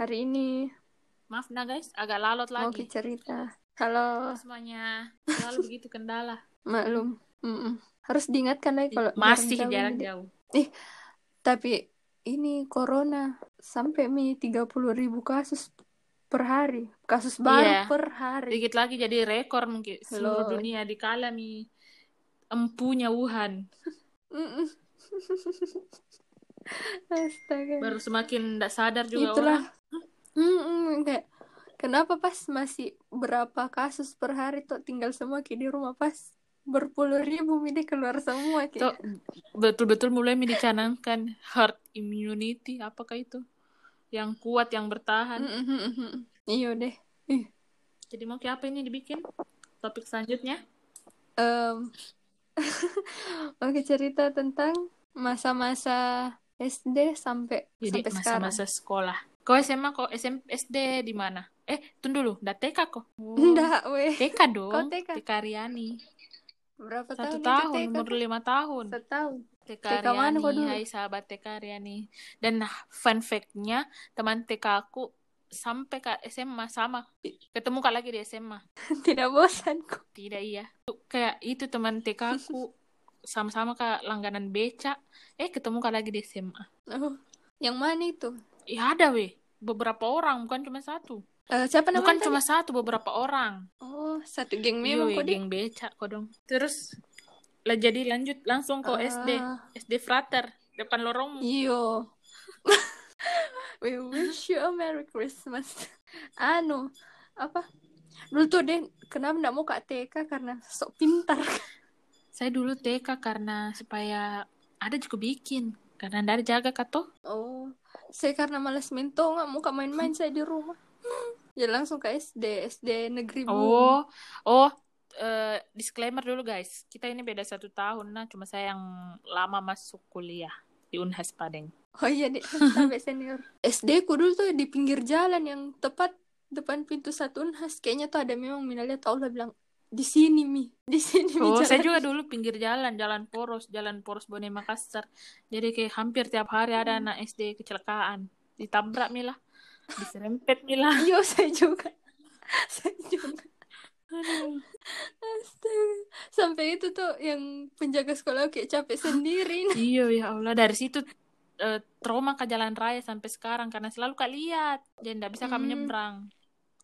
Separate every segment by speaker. Speaker 1: Hari ini
Speaker 2: Maaf nah guys, agak lalot
Speaker 1: mau
Speaker 2: lagi.
Speaker 1: cerita. Halo,
Speaker 2: Semuanya selalu begitu kendala.
Speaker 1: maklum. Mm-mm. Harus diingatkan lagi kalau
Speaker 2: Masih
Speaker 1: jarak jauh
Speaker 2: jarak
Speaker 1: ini.
Speaker 2: jauh.
Speaker 1: Tapi ini corona sampai mi 30 ribu kasus per hari. Kasus baru
Speaker 2: Iya.
Speaker 1: per hari.
Speaker 2: Sedikit lagi jadi rekor mungkin seluruh
Speaker 1: Loh.
Speaker 2: dunia dikalami empunya Wuhan.
Speaker 1: Mm-mm. Astaga.
Speaker 2: Baru semakin tidak sadar juga
Speaker 1: Itulah.
Speaker 2: orang.
Speaker 1: Mm-mm, kayak, kenapa pas masih berapa kasus per hari tuh tinggal semua ki di rumah pas berpuluh ribu mi dia keluar semua ki.
Speaker 2: Tuh, betul-betul mulai dicanangkan herd immunity apakah itu? Yang kuat, yang bertahan.
Speaker 1: Mm-mm, mm-mm. Iya deh.
Speaker 2: Jadi mau kayak apa ini dibikin? Topik selanjutnya.
Speaker 1: Em, oke cerita tentang masa-masa SD sampai
Speaker 2: Jadi
Speaker 1: sampai sekarang.
Speaker 2: masa-masa sekolah. Kau SMA kok SMP SD di mana? Eh, tunggu dulu, ndak TK kok. Oh,
Speaker 1: Enggak, weh.
Speaker 2: TK dong.
Speaker 1: Kau TK?
Speaker 2: TK Riani.
Speaker 1: Berapa
Speaker 2: Satu
Speaker 1: tahun,
Speaker 2: tahun,
Speaker 1: itu TK?
Speaker 2: umur lima tahun.
Speaker 1: Setahun.
Speaker 2: TK
Speaker 1: TK mana
Speaker 2: Riani,
Speaker 1: kok dulu?
Speaker 2: hai sahabat TK Riani. Dan nah, fun fact-nya, teman TK aku sampai ke SMA sama. Ketemu kak lagi di SMA.
Speaker 1: Tidak bosan kok.
Speaker 2: Tidak iya. Tuh, Kayak itu teman TK aku. Sama-sama kak langganan beca. Eh, ketemu kak lagi di SMA.
Speaker 1: Oh, Yang mana itu?
Speaker 2: Ya ada weh. Beberapa orang, bukan cuma satu.
Speaker 1: Eh, siapa namanya?
Speaker 2: Bukan
Speaker 1: tadi?
Speaker 2: cuma satu, beberapa orang.
Speaker 1: Oh, satu geng memang
Speaker 2: Memang
Speaker 1: kok di.
Speaker 2: geng becak kok dong. Ah. Terus lah jadi lanjut langsung ke SD, SD Frater, depan lorong.
Speaker 1: Ah, Iyo. We wish you a Merry Christmas. Anu, apa? Dulu tuh deh, kenapa nggak mau kak TK karena sok pintar.
Speaker 2: Saya dulu TK karena supaya ada juga bikin karena dari jaga kato.
Speaker 1: Oh, saya karena malas mentong nggak mau kak main-main saya di rumah. Ya langsung ke SD, SD negeri Bumi.
Speaker 2: Oh, oh eh, disclaimer dulu guys, kita ini beda satu tahun nah cuma saya yang lama masuk kuliah di Unhas Padang.
Speaker 1: Oh iya deh, sampai senior. SD ku dulu tuh di pinggir jalan yang tepat depan pintu satu unhas. Kayaknya tuh ada memang minalnya tau lah bilang di sini mi, di sini mi.
Speaker 2: Oh, saya
Speaker 1: jalan."
Speaker 2: juga dulu pinggir jalan, jalan poros, jalan poros Bone Makassar. Jadi kayak hampir tiap hari ada anak SD kecelakaan. Ditabrak Mila, diserempet Mila.
Speaker 1: Iya, saya juga. Saya juga.
Speaker 2: Aduh.
Speaker 1: Astaga. Sampai itu tuh yang penjaga sekolah kayak capek sendiri.
Speaker 2: Iya ya Allah, dari situ eh, trauma ke jalan raya sampai sekarang karena selalu kak lihat dan nggak bisa kak
Speaker 1: Hmm.
Speaker 2: menyeberang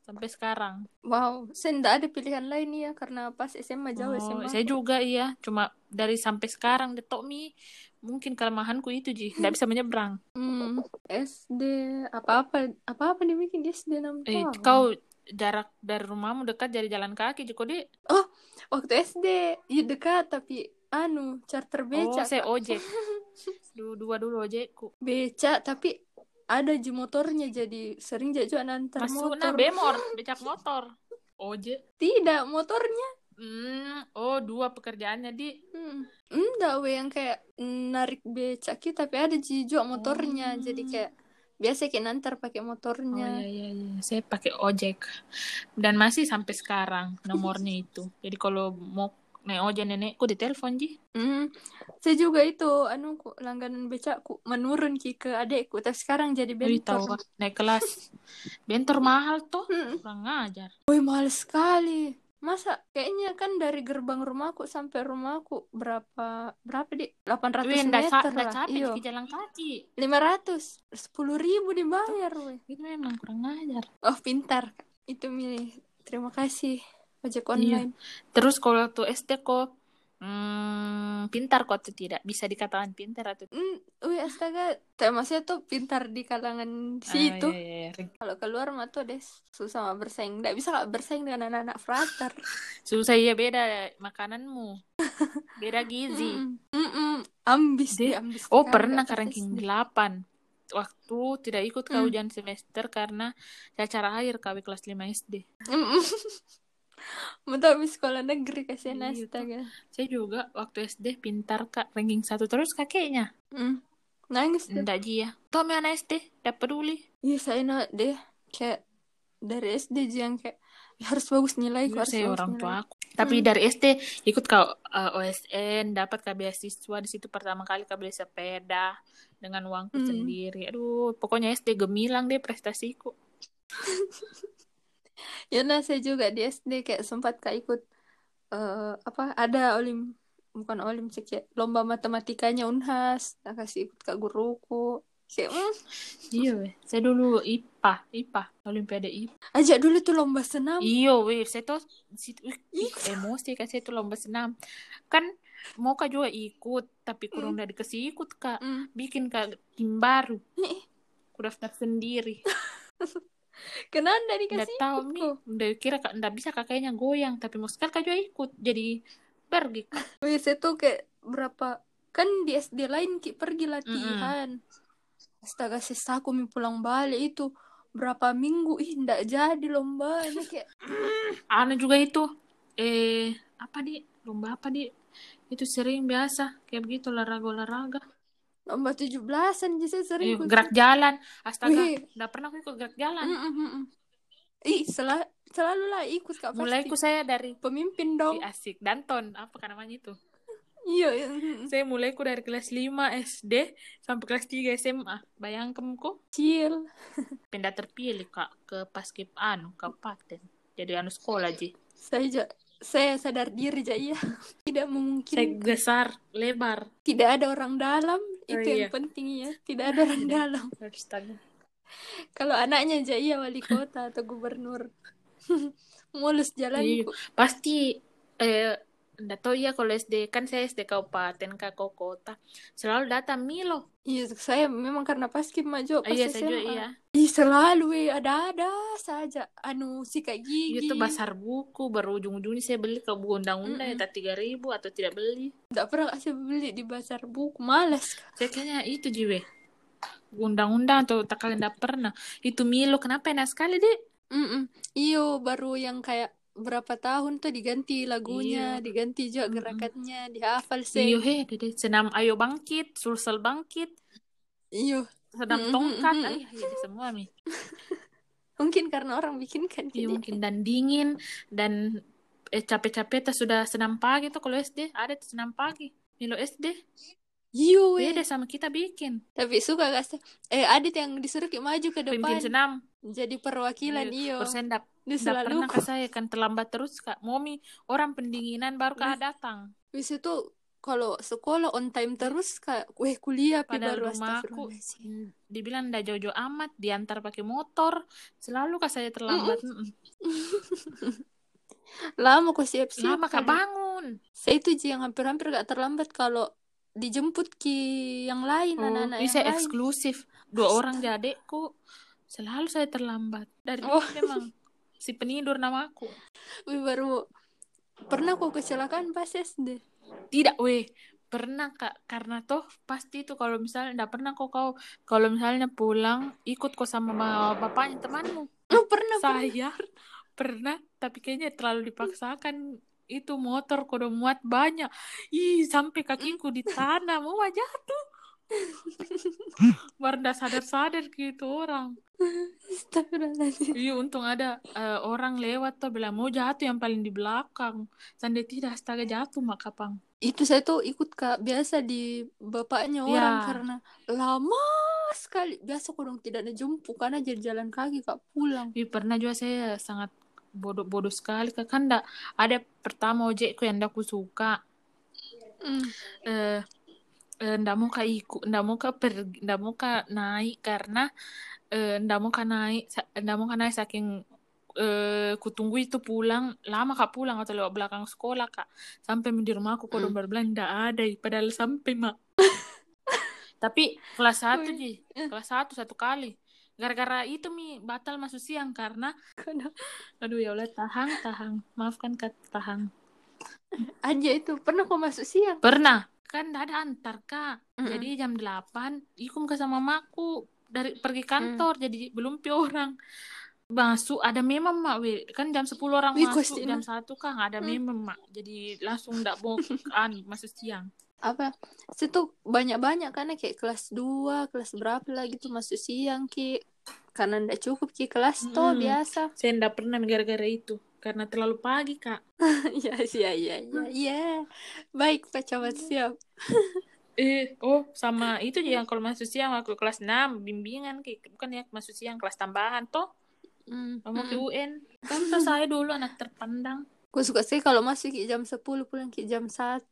Speaker 2: sampai sekarang.
Speaker 1: Wow, saya nggak ada pilihan lain ya karena pas SMA jauh ya,
Speaker 2: Oh,
Speaker 1: SMA.
Speaker 2: saya juga iya, cuma dari sampai sekarang detok mi mungkin kelemahanku itu ji, nggak bisa menyeberang.
Speaker 1: Hmm, SD apa-apa apa-apa dibikin di SD enam
Speaker 2: Eh,
Speaker 1: tahun.
Speaker 2: kau jarak dari rumahmu dekat dari jalan kaki, jadi kau di
Speaker 1: Waktu SD, ya dekat tapi anu charter
Speaker 2: Oh,
Speaker 1: becak.
Speaker 2: saya
Speaker 1: Kak.
Speaker 2: ojek. Dua, dua dulu ojekku.
Speaker 1: Becak tapi ada ji motornya jadi sering jajuan antar
Speaker 2: Masuk nah
Speaker 1: motor.
Speaker 2: bemor, becak motor. Ojek.
Speaker 1: Tidak, motornya.
Speaker 2: Hmm, oh dua pekerjaannya di.
Speaker 1: Hmm. Enggak, we yang kayak narik becak ki, tapi ada ji juga motornya.
Speaker 2: Hmm.
Speaker 1: Jadi kayak biasa kayak nantar pakai
Speaker 2: Oh
Speaker 1: motornya.
Speaker 2: iya iya iya, saya pakai ojek dan masih sampai sekarang nomornya itu. Jadi kalau mau naik ojek nenekku ditelepon ji.
Speaker 1: Hmm. Saya juga itu anu ku, langganan becakku menurun ki ke adekku, tapi sekarang jadi
Speaker 2: Wih, tahu
Speaker 1: bentor.
Speaker 2: kah? naik kelas. Bentor mahal tuh,
Speaker 1: Hmm.
Speaker 2: kurang ngajar.
Speaker 1: Wih, mahal sekali. Masa kayaknya kan dari gerbang rumahku sampai rumahku berapa berapa di 800
Speaker 2: Wih, ndak
Speaker 1: meter
Speaker 2: ndak
Speaker 1: lah. Iya.
Speaker 2: capek
Speaker 1: Iyo.
Speaker 2: di jalan kaki.
Speaker 1: 500 10 ribu dibayar weh.
Speaker 2: Itu Gitu memang kurang ngajar.
Speaker 1: Oh, pintar. Itu milih. Terima kasih. Ojek
Speaker 2: Iya.
Speaker 1: online.
Speaker 2: Terus kalau tuh SD kok hmm, pintar kok tuh tidak bisa dikatakan pintar atau
Speaker 1: Hmm, wih astaga, tema saya tuh pintar di kalangan
Speaker 2: Ah,
Speaker 1: situ.
Speaker 2: iya, iya, iya.
Speaker 1: Kalau keluar mah tuh deh susah mah bersaing. Nggak bisa Kak, bersaing dengan anak-anak frater.
Speaker 2: Susah ya beda makananmu. Beda gizi.
Speaker 1: Mm-mm. Mm-mm.
Speaker 2: Iya
Speaker 1: Ambis
Speaker 2: Deh.
Speaker 1: dia, ambis.
Speaker 2: Oh,
Speaker 1: sekali
Speaker 2: pernah
Speaker 1: Kak,
Speaker 2: ke
Speaker 1: pas
Speaker 2: ranking
Speaker 1: SD.
Speaker 2: 8. Waktu tidak ikut ke
Speaker 1: gitu Hmm.
Speaker 2: ujian semester karena cacara air KW kelas 5 SD.
Speaker 1: Mm-mm. Mentok habis sekolah negeri kasihan
Speaker 2: Iya, tuh.
Speaker 1: astaga.
Speaker 2: Saya juga waktu SD pintar kak ranking 1 terus kakeknya.
Speaker 1: Mm. Nangis tuh.
Speaker 2: Enggak ji ya. Tuh sama anak SD, enggak peduli.
Speaker 1: Iya saya nak deh kayak dari SD aja yang kayak harus bagus nilai
Speaker 2: Dulu
Speaker 1: harus
Speaker 2: saya
Speaker 1: bagus
Speaker 2: orang
Speaker 1: nilai.
Speaker 2: tua aku. Tapi dari SD ikut ke uh, OSN, dapat ke beasiswa di situ pertama kali ke beli sepeda dengan uangku
Speaker 1: Hmm.
Speaker 2: sendiri. Aduh, pokoknya SD gemilang deh prestasiku.
Speaker 1: Ya nah saya juga di SD kayak sempat kayak ikut eh, apa ada olim bukan olim sih kayak lomba matematikanya Unhas. Nah, kasih ikut kak guruku. Kayak "Mm,
Speaker 2: Iya, weh. saya dulu IPA, IPA, Olimpiade IPA.
Speaker 1: ajak dulu tuh lomba senam.
Speaker 2: Iya, weh, saya tuh situ- wih, ikut emosi kan saya tuh lomba senam. Kan mau kak juga ikut, tapi
Speaker 1: Hmm.
Speaker 2: kurang dari kasih ikut kak.
Speaker 1: Mm.
Speaker 2: Bikin kak tim baru,
Speaker 1: Nih,
Speaker 2: ku daftar sendiri.
Speaker 1: kenapa ndak
Speaker 2: Nggak
Speaker 1: dikasih
Speaker 2: tahu
Speaker 1: ikut
Speaker 2: nih,
Speaker 1: kok?
Speaker 2: udah kira kak nggak bisa kakaknya goyang, tapi mau sekali kak juga ikut, jadi pergi. Kak.
Speaker 1: Wih, saya tuh kayak berapa kan di SD lain ki pergi latihan. Astaga, sisa aku mi pulang balik itu berapa minggu ih ndak jadi lomba ini kayak
Speaker 2: Anu juga itu, eh apa di lomba apa di itu sering biasa kayak begitu olahraga-olahraga.
Speaker 1: lomba 17-an jadi saya sering
Speaker 2: Ayo,
Speaker 1: ku ikut.
Speaker 2: gerak jalan, astaga,
Speaker 1: Wih.
Speaker 2: nggak pernah aku ikut gerak jalan.
Speaker 1: Mm, mm, mm. Ih, selalu selalu lah ikut Kak
Speaker 2: Mulai Iya. ku
Speaker 1: pasti.
Speaker 2: saya dari
Speaker 1: Pemimpin dong.
Speaker 2: di Asik Danton, apa kan namanya itu?
Speaker 1: Iya, iya, mm, mm.
Speaker 2: Saya mulai ku dari kelas 5 SD sampai kelas 3 SMA. Bayangkan ku
Speaker 1: Cil.
Speaker 2: pindah terpilih Kak ke paskib anu, kabupaten. Jadi anu sekolah ji.
Speaker 1: Saya ja- saya sadar diri aja iya.
Speaker 2: Saya
Speaker 1: Tidak memungkinkan.
Speaker 2: besar, lebar.
Speaker 1: Tidak ada orang dalam, itu
Speaker 2: Oh, iya.
Speaker 1: yang penting ya. Tidak ada orang dalam.
Speaker 2: Astaga.
Speaker 1: Kalau anaknya aja iya wali kota atau gubernur. Mulus
Speaker 2: Iya,
Speaker 1: jalanku.
Speaker 2: pasti eh nggak tahu ya kalau SD kan saya SD kabupaten kak kau kota selalu datang Milo
Speaker 1: Iya, saya memang karena paskib maju
Speaker 2: Ah,
Speaker 1: pas
Speaker 2: iya saya juga
Speaker 1: SMA.
Speaker 2: iya
Speaker 1: Ih, selalu eh, ada-ada saja. Anu, sikat gigi.
Speaker 2: Iya, itu pasar buku baru ujung-ujungnya saya beli ke buku undang-undang
Speaker 1: Mm-mm.
Speaker 2: ya tiga ribu atau tidak beli
Speaker 1: Tidak pernah saya beli di pasar buku. Males.
Speaker 2: saya kayaknya itu jiwe undang-undang atau tak kalian nggak pernah itu Milo kenapa enak sekali deh
Speaker 1: mm Iyo, baru yang kayak berapa tahun tuh diganti lagunya,
Speaker 2: Iyo.
Speaker 1: diganti
Speaker 2: Iya.
Speaker 1: juga
Speaker 2: Mm-mm.
Speaker 1: gerakannya, dihafal
Speaker 2: iyo
Speaker 1: sing.
Speaker 2: he dede senam ayo bangkit sulsel bangkit
Speaker 1: Iyo,
Speaker 2: senam
Speaker 1: Mm-mm.
Speaker 2: tongkat ayah iya semua mi
Speaker 1: mungkin karena orang bikin kan
Speaker 2: Iya
Speaker 1: jadi.
Speaker 2: mungkin dan dingin dan eh, capek-capek tas sudah senam pagi tuh kalau SD ada tuh senam pagi Milo SD
Speaker 1: Iyo, weh.
Speaker 2: beda Iya, sama kita bikin
Speaker 1: Tapi suka gak sih? Eh, Adit yang disuruh kayak maju ke
Speaker 2: pimpin
Speaker 1: depan,
Speaker 2: senam
Speaker 1: jadi perwakilan iyo.
Speaker 2: Iya, persen dap
Speaker 1: Dia
Speaker 2: dap pernah
Speaker 1: selalu
Speaker 2: kak saya kan terlambat terus kak momi orang pendinginan baru kak datang
Speaker 1: Wis itu kalau sekolah on time terus kak, weh kuliah pi
Speaker 2: pada
Speaker 1: baru
Speaker 2: rumah aku
Speaker 1: astagfirullahaladzim.
Speaker 2: mm, dibilang ndak jauh-jauh amat diantar pakai motor selalu kak saya terlambat Mm-mm.
Speaker 1: Lama kok siap-siap
Speaker 2: lama kak
Speaker 1: kali.
Speaker 2: bangun
Speaker 1: Saya itu Ji, yang hampir-hampir gak terlambat kalau dijemput ki yang lain,
Speaker 2: Oh,
Speaker 1: anak-anak
Speaker 2: ini
Speaker 1: yang
Speaker 2: saya
Speaker 1: lain.
Speaker 2: eksklusif. Dua orang di adekku. Selalu saya terlambat. Dari dulu
Speaker 1: Oh.
Speaker 2: memang si penidur nama aku.
Speaker 1: Wih, baru pernah kok kecelakaan pas SD.
Speaker 2: Tidak, weh. Pernah, Kak. Karena toh pasti itu kalau misalnya enggak pernah kok kau kalau misalnya pulang ikut kok sama ba- bapaknya temanmu.
Speaker 1: Oh, pernah, pernah.
Speaker 2: Saya pernah, tapi kayaknya terlalu dipaksakan itu motor kudu muat banyak. Ih, sampai kakiku di tanah mau mah jatuh. Baru enggak sadar-sadar gitu orang.
Speaker 1: Astagfirullahaladzim.
Speaker 2: Iya, untung ada eh, orang lewat tuh bilang mau jatuh yang paling di belakang. Sandi tidak astaga jatuh mak kapang.
Speaker 1: Itu saya tuh ikut kak biasa di bapaknya
Speaker 2: Ya.
Speaker 1: orang karena lama sekali. Biasa kok dong tidak ada jemput karena jadi jalan kaki kak pulang.
Speaker 2: Ih, Iya, pernah juga saya sangat bodoh-bodoh sekali Kak. kan ndak ada pertama ojekku yang ndak ku suka
Speaker 1: Mm.
Speaker 2: eh eh, ndak mau kak ikut ndak mau kak pergi ndak mau kak naik karena eh, ndak mau kak naik sa- ndak mau kak naik saking eh kutunggu itu pulang lama kak pulang atau lewat belakang sekolah kak sampai di rumah aku kodong
Speaker 1: Mm.
Speaker 2: berbelan ndak ada padahal sampai mak Tapi kelas 1
Speaker 1: Wih.
Speaker 2: Ji,
Speaker 1: Eh.
Speaker 2: kelas 1 satu kali. Gara-gara itu Mi batal masuk siang karena
Speaker 1: Karena
Speaker 2: aduh ya Allah tahang tahang. Maafkan Kak tahang.
Speaker 1: aja itu pernah kok masuk siang.
Speaker 2: Pernah kan nggak ada antar Kak.
Speaker 1: Mm-mm.
Speaker 2: Jadi jam 8 ikum ke sama mamaku dari pergi kantor jadi belum pi orang. Masuk ada memang Mak we. Kan jam 10 orang
Speaker 1: Wih,
Speaker 2: masuk, jam
Speaker 1: Gustina.
Speaker 2: 1 Kak nggak ada
Speaker 1: Mm.
Speaker 2: memang Mak. Jadi langsung ndak mau anu, masuk siang.
Speaker 1: apa situ banyak-banyak karena kayak kelas 2, kelas berapa lah gitu masuk siang ki karena ndak cukup ki kelas to
Speaker 2: Mm-mm.
Speaker 1: biasa
Speaker 2: Saya ndak pernah gara-gara itu. karena terlalu pagi kak
Speaker 1: ya ya ya ya ya baik pak camat siap
Speaker 2: eh oh sama itu ya yang kalau masuk siang waktu kelas 6 bimbingan Ki. bukan ya masuk siang kelas tambahan toh
Speaker 1: Mm,
Speaker 2: mau ke
Speaker 1: mm-mm.
Speaker 2: UN kan tuh saya dulu anak terpandang
Speaker 1: Gue suka sih kalau masuk ki jam 10 pulang ki jam 1.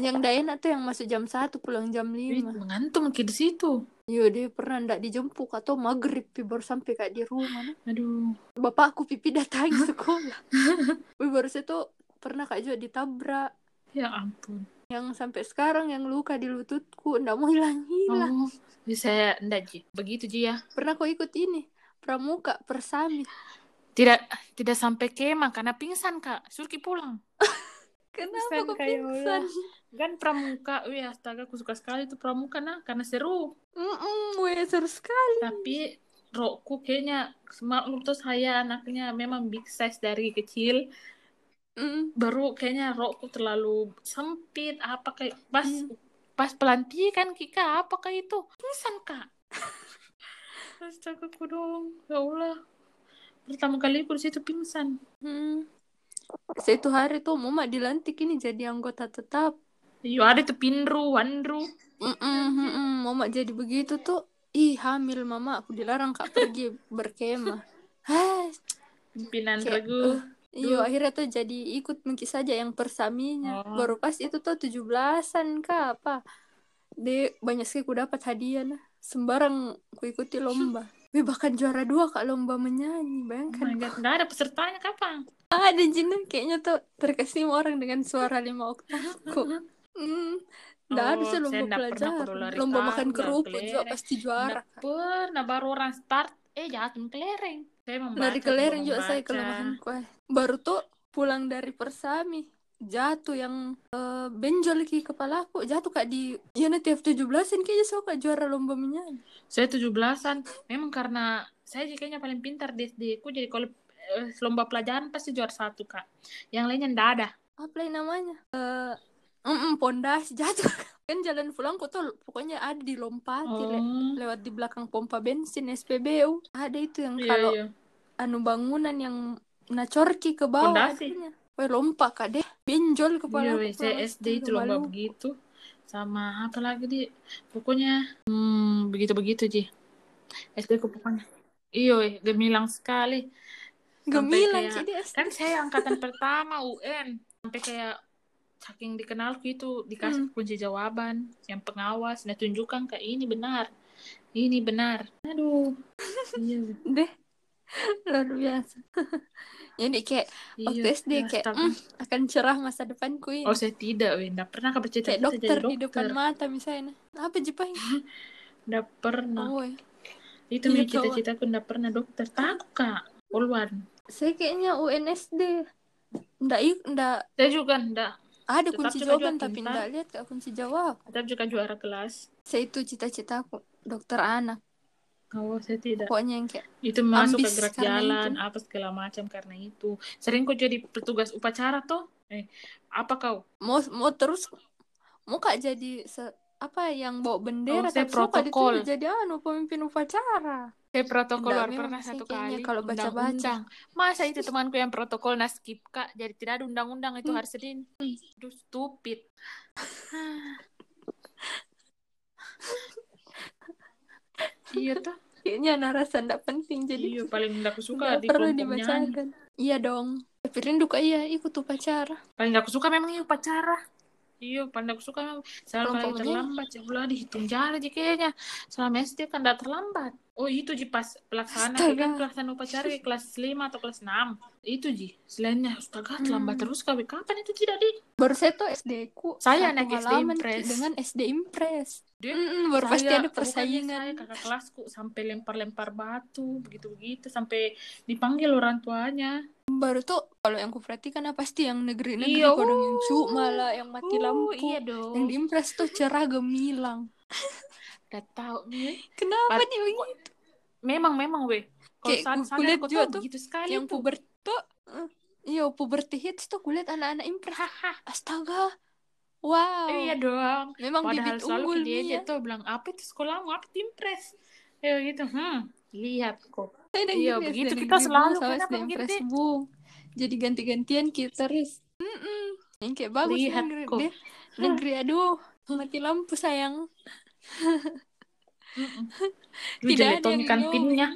Speaker 1: Yang dah enak tuh yang masuk jam 1 pulang jam
Speaker 2: Ih,
Speaker 1: 5.
Speaker 2: mengantum Ki, di situ
Speaker 1: Yo dia pernah ndak dijemput atau maghrib pi baru sampai kak di rumah. nah.
Speaker 2: aduh
Speaker 1: Bapak aku pipi datangi sekolah. Wih baru saya tuh pernah kak juga ditabrak.
Speaker 2: ya ampun
Speaker 1: Yang sampai sekarang yang luka di lututku ndak mau hilang-hilang.
Speaker 2: oh saya enggak Ji. begitu Ji ya
Speaker 1: Pernah kau ikut ini pramuka persami.
Speaker 2: tidak tidak sampai kemah karena pingsan kak Surki pulang
Speaker 1: Kenapa kau
Speaker 2: kayak
Speaker 1: pingsan?
Speaker 2: kan pramuka wih astaga aku suka sekali tuh pramuka nah karena seru
Speaker 1: Mm-mm, weh, seru sekali.
Speaker 2: tapi rokku kayaknya maklum tuh saya anaknya memang big size dari kecil
Speaker 1: Mm.
Speaker 2: baru kayaknya rokku terlalu sempit apa kayak pas
Speaker 1: Iya.
Speaker 2: pas pelantikan kan, Kika apa kayak itu pingsan kak astaga ku dong ya Allah pertama kali aku di situ pingsan
Speaker 1: Hmm. Satu hari tuh Mama dilantik ini jadi anggota tetap.
Speaker 2: Yo Iya, ada tuh Pindru, Wandru.
Speaker 1: Mm-mm, mm-mm. Mama jadi begitu tuh. Ih, hamil Mama. Aku dilarang Kak pergi berkemah. Hah,
Speaker 2: pimpinan
Speaker 1: Kayak, eh,
Speaker 2: regu
Speaker 1: Iyo, Iya, akhirnya tuh jadi ikut mungkin saja yang persaminya.
Speaker 2: Oh.
Speaker 1: Baru pas itu tuh 17-an Kak apa. De banyak sekali ku dapat hadiah nah. Sembarang ku ikuti lomba. Wih, bahkan juara dua Kak lomba
Speaker 2: Oh
Speaker 1: menyanyi. Bayangkan. Ah,
Speaker 2: my god, nggak ada pesertanya kapan?
Speaker 1: Ada Jina kayaknya tuh terkesim orang dengan suara lima oktavku. Hmm, nggak
Speaker 2: Oh,
Speaker 1: ada sih lomba
Speaker 2: saya nggak pernah
Speaker 1: pelajar.
Speaker 2: ke Lolita,
Speaker 1: Lomba makan
Speaker 2: nggak
Speaker 1: kerupuk juga
Speaker 2: kelereng.
Speaker 1: pasti juara.
Speaker 2: Nggak pernah baru orang start, eh jatuh kelereng. Saya membaca,
Speaker 1: Lari kelereng juga saya
Speaker 2: membaca.
Speaker 1: kelemahan kue. Baru tuh pulang dari Persami jatuh yang eh, benjol ki kepalaku jatuh kak di ya nanti F17 kayaknya suka juara lomba menyanyi
Speaker 2: Saya tujuh belasan, memang karena saya sih kayaknya paling pintar di SD ku, jadi kalau eh, lomba pelajaran pasti juara satu kak. Yang lainnya nggak ada.
Speaker 1: apa lagi namanya Eh, mm-mm, pondasi jatuh kan jalan pulang kok tuh pokoknya ada dilompati Le.
Speaker 2: Oh,
Speaker 1: lewat di belakang pompa bensin SPBU ada itu yang
Speaker 2: iya,
Speaker 1: kalau
Speaker 2: iya.
Speaker 1: anu bangunan yang nacorki ke bawah
Speaker 2: Pondasi.
Speaker 1: adanya. Weh lompat kak deh, benjol
Speaker 2: Iya,
Speaker 1: kepala
Speaker 2: weh, saya SD itu lomba begitu. Sama apa lagi di pokoknya hmm, begitu-begitu Ji. SD ku pokoknya. Iya, weh, gemilang sekali. Sampai
Speaker 1: Gemilang
Speaker 2: kayak-
Speaker 1: sih dia.
Speaker 2: Kan saya angkatan pertama UN. Sampai kayak saking dikenal gitu
Speaker 1: Hmm.
Speaker 2: dikasih kunci jawaban yang pengawas nah tunjukkan kayak ini benar ini benar aduh iya weh,
Speaker 1: Deh, luar biasa. Jadi kayak waktu
Speaker 2: iya,
Speaker 1: SD
Speaker 2: ya,
Speaker 1: kayak
Speaker 2: astaga.
Speaker 1: "Mm, akan cerah masa depanku ini.
Speaker 2: oh saya tidak weh nggak pernah kepercayaan
Speaker 1: kayak
Speaker 2: saya
Speaker 1: dokter,
Speaker 2: jadi Nah.
Speaker 1: di depan mata misalnya. Apa Jepang?
Speaker 2: nggak pernah
Speaker 1: Oh, ya.
Speaker 2: itu
Speaker 1: Iya,
Speaker 2: mimpi
Speaker 1: kawan.
Speaker 2: cita-citaku nggak pernah dokter takut kak Poluan.
Speaker 1: Saya kayaknya UNSD. Ndak ik- ndak
Speaker 2: Saya juga ndak.
Speaker 1: ada
Speaker 2: Tetap
Speaker 1: kunci
Speaker 2: juga
Speaker 1: jawaban
Speaker 2: jual
Speaker 1: tapi
Speaker 2: pintar.
Speaker 1: ndak lihat kak kunci jawab.
Speaker 2: Tetap juga juara kelas.
Speaker 1: Saya itu cita-citaku dokter anak.
Speaker 2: Oh, saya tidak.
Speaker 1: Pokoknya yang kayak
Speaker 2: Itu masuk ke
Speaker 1: Ambis
Speaker 2: gerak
Speaker 1: karena
Speaker 2: jalan,
Speaker 1: itu.
Speaker 2: apa segala macam karena itu. Sering kok jadi petugas upacara toh. Eh, apa kau?
Speaker 1: mau mau terus mau kak jadi se- apa yang bawa bendera
Speaker 2: Oh, saya
Speaker 1: tapi suka
Speaker 2: protokol.
Speaker 1: ditunjuk jadi anu pemimpin upacara
Speaker 2: Saya protokol
Speaker 1: Enggak,
Speaker 2: luar
Speaker 1: memang
Speaker 2: pernah
Speaker 1: saya
Speaker 2: satu
Speaker 1: kayaknya
Speaker 2: kali.
Speaker 1: kalau baca-baca.
Speaker 2: Undang-undang. Masa itu temanku yang protokol nah skip kak. Jadi tidak ada undang-undang itu
Speaker 1: Hmm.
Speaker 2: hari Senin. Aduh, stupid. iya tuh.
Speaker 1: kayaknya narasi ndak penting jadi
Speaker 2: Iya paling nggak aku suka
Speaker 1: nggak
Speaker 2: di
Speaker 1: perlu
Speaker 2: kelompok nyanyi.
Speaker 1: dibacakan iya dong tapi rindu kak iya ikut upacara
Speaker 2: paling gak aku suka memang iya upacara iya paling gak aku suka memang selalu
Speaker 1: Kelompok
Speaker 2: kalau
Speaker 1: menyanyi.
Speaker 2: terlambat ya ulah dihitung jari aja kayaknya selama SD kan gak terlambat oh itu ji pas pelaksana
Speaker 1: Astaga.
Speaker 2: ya kan pelaksana upacara di kelas 5 atau kelas 6 itu ji selainnya astaga terlambat
Speaker 1: Hmm.
Speaker 2: terus KW kapan itu tidak di
Speaker 1: baru saya tuh SD ku
Speaker 2: Saya
Speaker 1: satu
Speaker 2: anak SD
Speaker 1: halaman
Speaker 2: Impres.
Speaker 1: dengan SD Impres
Speaker 2: Dia-
Speaker 1: Mm-mm, Hmm, baru pasti
Speaker 2: Saya-
Speaker 1: ada
Speaker 2: bukan
Speaker 1: persaingan
Speaker 2: saya, kakak kelasku sampai lempar-lempar batu begitu-begitu sampai dipanggil orang tuanya
Speaker 1: baru tuh kalau yang ku perhatikan ah, pasti yang negeri-negeri
Speaker 2: Iya,
Speaker 1: kodong yang
Speaker 2: uh,
Speaker 1: cuma lah yang mati
Speaker 2: Uh,
Speaker 1: lampu
Speaker 2: iya
Speaker 1: yang
Speaker 2: dong
Speaker 1: di Impres tuh cerah gemilang
Speaker 2: udah tahu nih
Speaker 1: kenapa
Speaker 2: Pat-
Speaker 1: nih begini?
Speaker 2: memang memang weh kalau
Speaker 1: Kayak
Speaker 2: saat
Speaker 1: gue
Speaker 2: sadar
Speaker 1: kulihat
Speaker 2: kau
Speaker 1: juga
Speaker 2: tuh
Speaker 1: tuh,
Speaker 2: begitu sekali
Speaker 1: yang
Speaker 2: tuh
Speaker 1: puberti tuh eh, iya puberti hits tuh kulit anak-anak impres
Speaker 2: Hahaha.
Speaker 1: astaga wow
Speaker 2: Iya dong.
Speaker 1: memang
Speaker 2: Padahal
Speaker 1: bibit iya.
Speaker 2: selalu
Speaker 1: unggul ya.
Speaker 2: dia aja
Speaker 1: Mia
Speaker 2: tuh bilang apa itu sekolahmu apa timpres. Ya gitu. Hmm, lihat kok.
Speaker 1: saya
Speaker 2: Iya,
Speaker 1: SD
Speaker 2: begitu
Speaker 1: negeri
Speaker 2: kita
Speaker 1: Bu,
Speaker 2: selalu
Speaker 1: sama
Speaker 2: kenapa
Speaker 1: SD impres
Speaker 2: begitu?
Speaker 1: bu jadi ganti-gantian kita ris Mm-mm. yang kayak bagus
Speaker 2: Lihat
Speaker 1: negeri
Speaker 2: kok.
Speaker 1: deh negeri aduh mati lampu sayang
Speaker 2: Lu
Speaker 1: Tidak
Speaker 2: jelek
Speaker 1: ada
Speaker 2: tong
Speaker 1: yang
Speaker 2: kantinnya.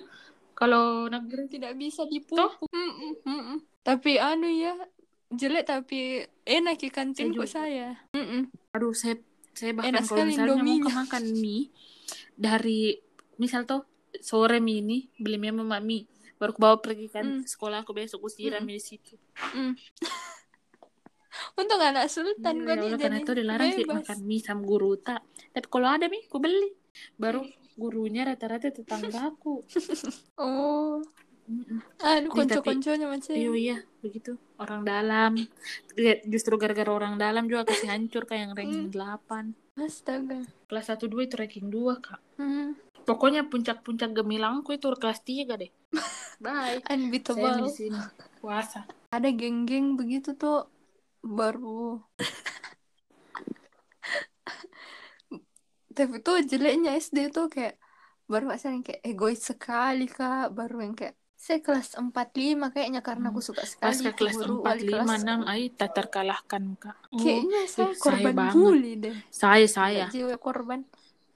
Speaker 2: Kalau negeri
Speaker 1: tidak bisa dipupuk Mm-mm, mm-mm. tapi anu ya jelek tapi enak ya
Speaker 2: Saya
Speaker 1: kantin kok
Speaker 2: juga.
Speaker 1: saya Mm-mm.
Speaker 2: aduh saya saya bahkan
Speaker 1: Enak
Speaker 2: kalau
Speaker 1: sekali
Speaker 2: misalnya mau
Speaker 1: Indominya.
Speaker 2: ke makan mie dari misal tuh sore mie ini beli mie sama mami baru bawa pergi kan
Speaker 1: Mm.
Speaker 2: sekolah aku besok usiran
Speaker 1: Hmm.
Speaker 2: mie di situ
Speaker 1: untung anak sultan kok
Speaker 2: Ya
Speaker 1: dia
Speaker 2: Allah, karena
Speaker 1: jadi
Speaker 2: itu dilarang sih
Speaker 1: bebas.
Speaker 2: makan mie sama guru tak tapi kalau ada mie aku beli baru
Speaker 1: Iya.
Speaker 2: gurunya rata-rata tetangga aku
Speaker 1: oh
Speaker 2: Mm-mm.
Speaker 1: aduh
Speaker 2: Tapi-
Speaker 1: konco-konconya macam
Speaker 2: iya iya begitu orang dalam Iya, justru gara-gara orang dalam juga kasih hancur kayak yang ranking
Speaker 1: Mm.
Speaker 2: 8
Speaker 1: astaga
Speaker 2: kelas 1 2 itu ranking 2 kak
Speaker 1: Hmm.
Speaker 2: Pokoknya puncak-puncak gemilangku itu kelas 3 deh. Bye. Saya di
Speaker 1: unbeatable
Speaker 2: sini puasa.
Speaker 1: ada geng-geng begitu tuh baru tapi tuh jeleknya SD tuh kayak baru asal yang kayak egois sekali kak baru yang kayak saya kelas 45 kayaknya karena aku suka
Speaker 2: Hmm. Pas
Speaker 1: sekali
Speaker 2: ke
Speaker 1: ke
Speaker 2: kelas
Speaker 1: guru,
Speaker 2: 4,
Speaker 1: wali
Speaker 2: 5,
Speaker 1: kelas.
Speaker 2: 6 ai tak terkalahkan, Kak. Oh,
Speaker 1: kayaknya saya
Speaker 2: saya
Speaker 1: korban
Speaker 2: banget. Iya.
Speaker 1: bully deh
Speaker 2: saya saya
Speaker 1: jiwa korban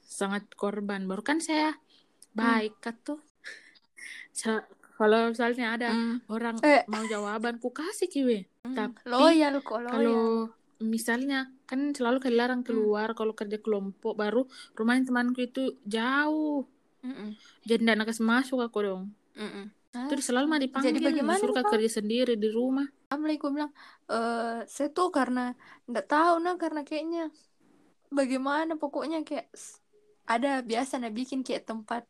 Speaker 2: sangat korban. Baru kan saya
Speaker 1: Hmm.
Speaker 2: baik Kak tuh. Sa- Kalau misalnya ada
Speaker 1: Hmm. Oh,
Speaker 2: orang
Speaker 1: iya. Eh.
Speaker 2: mau jawaban, ku kasih kiwe. Tapi
Speaker 1: loyal kok loyal
Speaker 2: kalau misalnya kan selalu dilarang
Speaker 1: Hmm.
Speaker 2: keluar kalau kerja kelompok baru rumahnya temanku itu jauh
Speaker 1: Mm-mm.
Speaker 2: jadi ndak nakas masuk aku dong
Speaker 1: Mm-mm.
Speaker 2: Terus selalu mah dipanggil,
Speaker 1: Oh, Jadi bagaimana,
Speaker 2: disuruh
Speaker 1: Pak?
Speaker 2: kerja sendiri di rumah.
Speaker 1: Amli gue bilang eh saya tuh karena nggak tahu nah karena kayaknya bagaimana pokoknya kayak s- ada biasa nah bikin kayak tempat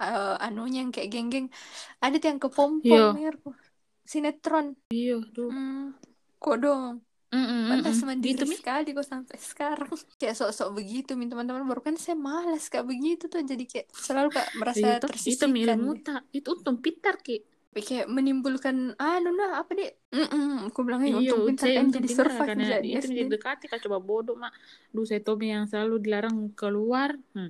Speaker 1: eh, anunya yang kayak geng-geng ada tuh yang kepompong
Speaker 2: Iya.
Speaker 1: mer sinetron
Speaker 2: Iya, aduh.
Speaker 1: hmm, kok dong pantas mandiri
Speaker 2: Gitu, Mi.
Speaker 1: sekali kok sampai sekarang kayak sok-sok begitu min teman-teman baru kan saya malas kayak begitu tuh jadi kayak selalu kak merasa gitu.
Speaker 2: Iya, toh. Itu
Speaker 1: tersisihkan
Speaker 2: mirip
Speaker 1: deh.
Speaker 2: muta. Itu untung pintar, Ki.
Speaker 1: Tapi kayak menimbulkan anu nah apa deh mm aku bilang "Ih,
Speaker 2: Iya,
Speaker 1: untung pintar
Speaker 2: saya
Speaker 1: kan
Speaker 2: untung
Speaker 1: jadi
Speaker 2: pintar. ya,
Speaker 1: survive Ya
Speaker 2: Karena
Speaker 1: jadi
Speaker 2: itu
Speaker 1: SD.
Speaker 2: menjadi dekati, Kak. Coba bodoh, Mak. Duh, saya Tommy yang selalu dilarang keluar. Hmm.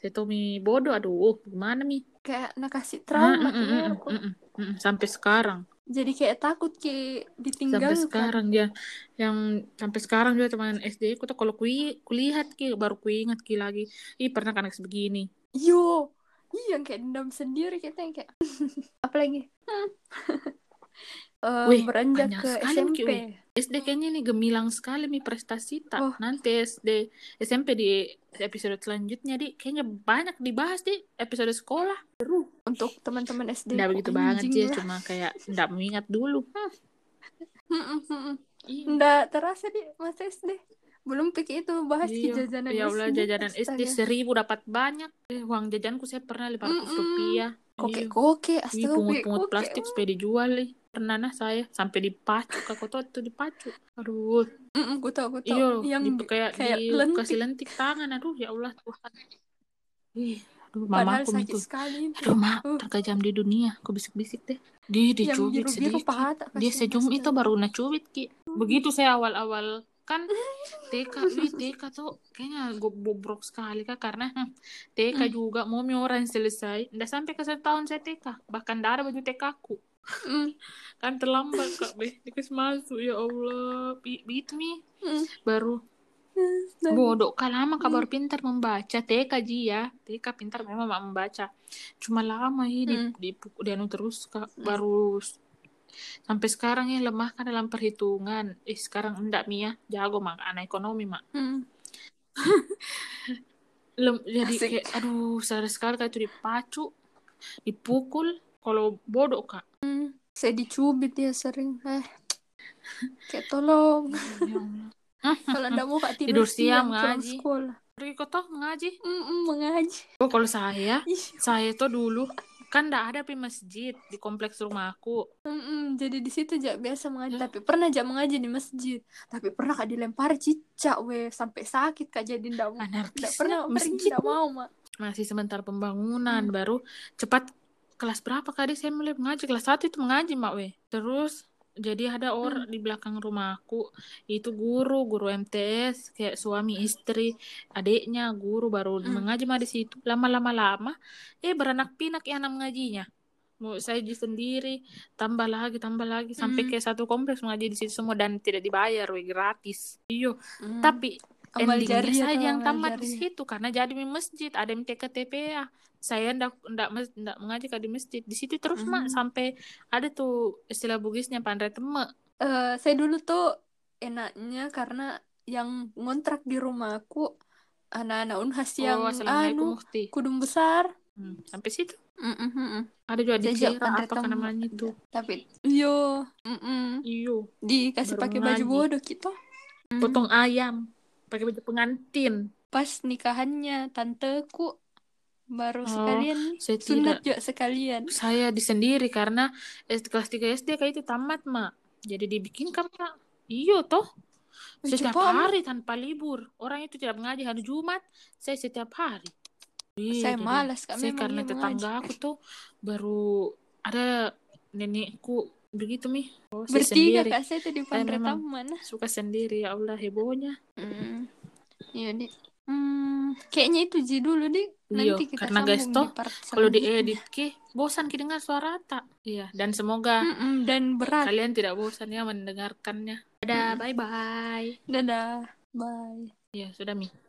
Speaker 2: Saya Tommy bodoh, aduh. uh, Gimana, Mi?
Speaker 1: kayak nak kasih trauma
Speaker 2: Mm,
Speaker 1: iya,
Speaker 2: mm,
Speaker 1: ke
Speaker 2: mm, mm,
Speaker 1: aku.
Speaker 2: mm, mm, mm. Sampai sekarang.
Speaker 1: jadi kayak takut kayak
Speaker 2: Sampai
Speaker 1: ditinggalkan
Speaker 2: sekarang, dia. Yang sampai sekarang juga teman SD. Aku tuh kalau kui, kulihat, Ki. Baru kui ingat, Ki, lagi. Ih, pernah kan anak sebegini.
Speaker 1: yo iya yang kayak dendam sendiri kita yang kayak apalagi Hmm. Eh,
Speaker 2: Wih,
Speaker 1: beranjak
Speaker 2: banyak
Speaker 1: ke
Speaker 2: sekali, Miki,
Speaker 1: SMP
Speaker 2: wih. SD kayaknya nih gemilang sekali nih prestasi tak.
Speaker 1: Oh.
Speaker 2: Nanti SD SMP di episode selanjutnya di kayaknya banyak dibahas di episode sekolah.
Speaker 1: untuk teman-teman SD
Speaker 2: Nggak
Speaker 1: kok
Speaker 2: begitu
Speaker 1: anjing
Speaker 2: banget ya, sih,
Speaker 1: lah.
Speaker 2: cuma kayak nggak mengingat dulu. Hmm,
Speaker 1: Mm-mm, mm-mm.
Speaker 2: iya.
Speaker 1: hmm, nggak terasa di masa SD belum pikir itu bahas
Speaker 2: Iya.
Speaker 1: ke jajanan
Speaker 2: ya Allah
Speaker 1: SD
Speaker 2: jajanan
Speaker 1: astaga.
Speaker 2: SD seribu dapat banyak. Eh, uang jajanku saya pernah lima ratus
Speaker 1: Mm-mm.
Speaker 2: rupiah.
Speaker 1: koke
Speaker 2: Iya.
Speaker 1: koke
Speaker 2: Wih,
Speaker 1: astaga koke
Speaker 2: pungut-pungut
Speaker 1: koke
Speaker 2: plastik supaya dijual nih. Pernah nah saya sampai dipacu ke kota itu dipacu. Aduh,
Speaker 1: Mm-mm, ku tahu ku tahu
Speaker 2: Iya,
Speaker 1: yang
Speaker 2: di, kayak,
Speaker 1: kayak
Speaker 2: di-
Speaker 1: lentik.
Speaker 2: kasih lentik tangan. Aduh, ya Allah Tuhan. Ih, aduh,
Speaker 1: padahal
Speaker 2: mamaku
Speaker 1: sakit
Speaker 2: itu.
Speaker 1: sekali itu
Speaker 2: Aduh, mak,
Speaker 1: Uh.
Speaker 2: terkejam di dunia. Aku bisik-bisik deh. Dia
Speaker 1: yang
Speaker 2: dicubit
Speaker 1: biru-biru
Speaker 2: sedikit.
Speaker 1: paha tak
Speaker 2: Dia
Speaker 1: kasih
Speaker 2: sejum itu
Speaker 1: astaga.
Speaker 2: baru nacubit, Ki. Begitu saya awal-awal kan TK, wih TK tuh kayaknya gue bobrok sekali kak karena hmm, TK juga mau orang selesai, ndak sampai ke setahun saya TK, bahkan ndak ada baju TK aku
Speaker 1: Mm,
Speaker 2: kan terlambat kak beh, dikasih masuk ya Allah, Bi- begitu mi
Speaker 1: mm.
Speaker 2: baru
Speaker 1: Dan-
Speaker 2: Bodoh, kak lama
Speaker 1: Hmm.
Speaker 2: kabar pintar membaca. TK ji ya, TK pintar memang mak membaca. Cuma lama ini
Speaker 1: Hmm.
Speaker 2: di, dipuk- di anu terus kak, baru s- sampai sekarang ya lemah kan dalam perhitungan. Eh sekarang enggak Mia, jago mak anak ekonomi mak.
Speaker 1: Hmm.
Speaker 2: Lem- jadi
Speaker 1: Asik.
Speaker 2: kayak aduh sehari sekali kayak itu dipacu, dipukul. Kalau bodoh kak,
Speaker 1: Saya dicubit ya sering. Eh, kayak tolong.
Speaker 2: ya Allah.
Speaker 1: Kalau anda mau kak
Speaker 2: Tidur
Speaker 1: tidur,
Speaker 2: siang,
Speaker 1: siang, pulang
Speaker 2: ngaji.
Speaker 1: sekolah.
Speaker 2: Pergi kau toh mengaji.
Speaker 1: Mm-mm, mengaji.
Speaker 2: Oh kalau saya,
Speaker 1: Ih,
Speaker 2: saya tuh dulu kan enggak ada pi masjid di kompleks rumahku.
Speaker 1: mm-mm. Jadi di situ jak biasa mengaji. Tapi pernah jak mengaji di masjid. Tapi pernah kak dilempar cicak weh sampai sakit kak jadi ndak mau. Ndak
Speaker 2: Anarkisnya
Speaker 1: pernah pergi
Speaker 2: masjid
Speaker 1: ndak mau mak.
Speaker 2: masih sebentar pembangunan baru cepat kelas berapa kali saya mulai mengaji kelas satu itu mengaji mbak we terus jadi ada orang di belakang rumahku itu guru guru MTS kayak suami istri adiknya guru baru
Speaker 1: Hmm.
Speaker 2: mengaji mah di situ lama-lama lama eh beranak pinak ya anak mengajinya mau saya di sendiri tambah lagi tambah lagi sampai
Speaker 1: Mm.
Speaker 2: kayak satu kompleks mengaji di situ semua dan tidak dibayar we gratis iyo
Speaker 1: Mm.
Speaker 2: tapi
Speaker 1: Ambal
Speaker 2: endingnya
Speaker 1: jari
Speaker 2: saya
Speaker 1: atau
Speaker 2: yang
Speaker 1: ambal
Speaker 2: tamat di
Speaker 1: jarinya?
Speaker 2: situ karena jadi di masjid ada MTKTP ya saya ndak ndak mes- ndak mengaji ke di masjid di situ terus mak
Speaker 1: Mm.
Speaker 2: sampai ada tuh istilah bugisnya pandai teme
Speaker 1: Eh, saya dulu tuh enaknya karena yang ngontrak di rumahku anak-anak unhas yang
Speaker 2: oh
Speaker 1: anu
Speaker 2: assalamualaikum mukti
Speaker 1: kudung besar
Speaker 2: Hmm, sampai situ
Speaker 1: Mm-mm, mm-mm.
Speaker 2: ada juga di
Speaker 1: Jejak
Speaker 2: Cira apa kan
Speaker 1: pendeta-
Speaker 2: namanya itu
Speaker 1: tapi yo mm-mm.
Speaker 2: iyo
Speaker 1: dikasih
Speaker 2: Baru
Speaker 1: pakai baju
Speaker 2: ngaji.
Speaker 1: bodoh gitu Mm.
Speaker 2: potong ayam pakai baju pengantin
Speaker 1: pas nikahannya tanteku
Speaker 2: Oh,
Speaker 1: baru sekalian nih.
Speaker 2: saya
Speaker 1: sunat
Speaker 2: tidak
Speaker 1: juga sekalian
Speaker 2: saya di sendiri karena S- kelas 3 SD kayak itu tamat mak jadi dibikin kan mak iyo toh setiap
Speaker 1: Cepat, Mak.
Speaker 2: hari tanpa libur orang itu tidak mengaji hari Jumat saya setiap hari Ih, Iya,
Speaker 1: saya
Speaker 2: jadi
Speaker 1: malas kak
Speaker 2: saya
Speaker 1: memang
Speaker 2: karena
Speaker 1: iya mengaji
Speaker 2: tetangga aku tuh baru ada nenekku begitu mi oh, saya
Speaker 1: bertiga
Speaker 2: sendiri
Speaker 1: kak saya tadi pandai
Speaker 2: memang-
Speaker 1: taman
Speaker 2: suka sendiri ya Allah hebohnya
Speaker 1: Hmm, iya di. Hmm, kayaknya itu Ji dulu di.
Speaker 2: iyo
Speaker 1: Nanti
Speaker 2: Iya,
Speaker 1: kita
Speaker 2: karena guys
Speaker 1: sambung di
Speaker 2: toh
Speaker 1: part
Speaker 2: kalau
Speaker 1: selanjutnya.
Speaker 2: diedit ke bosan ki dengar suara tak iya dan semoga
Speaker 1: Mm-mm, dan berat.
Speaker 2: kalian tidak bosan ya mendengarkannya. Dadah, bye bye.
Speaker 1: Dadah. Bye.
Speaker 2: Ya, sudah Mi.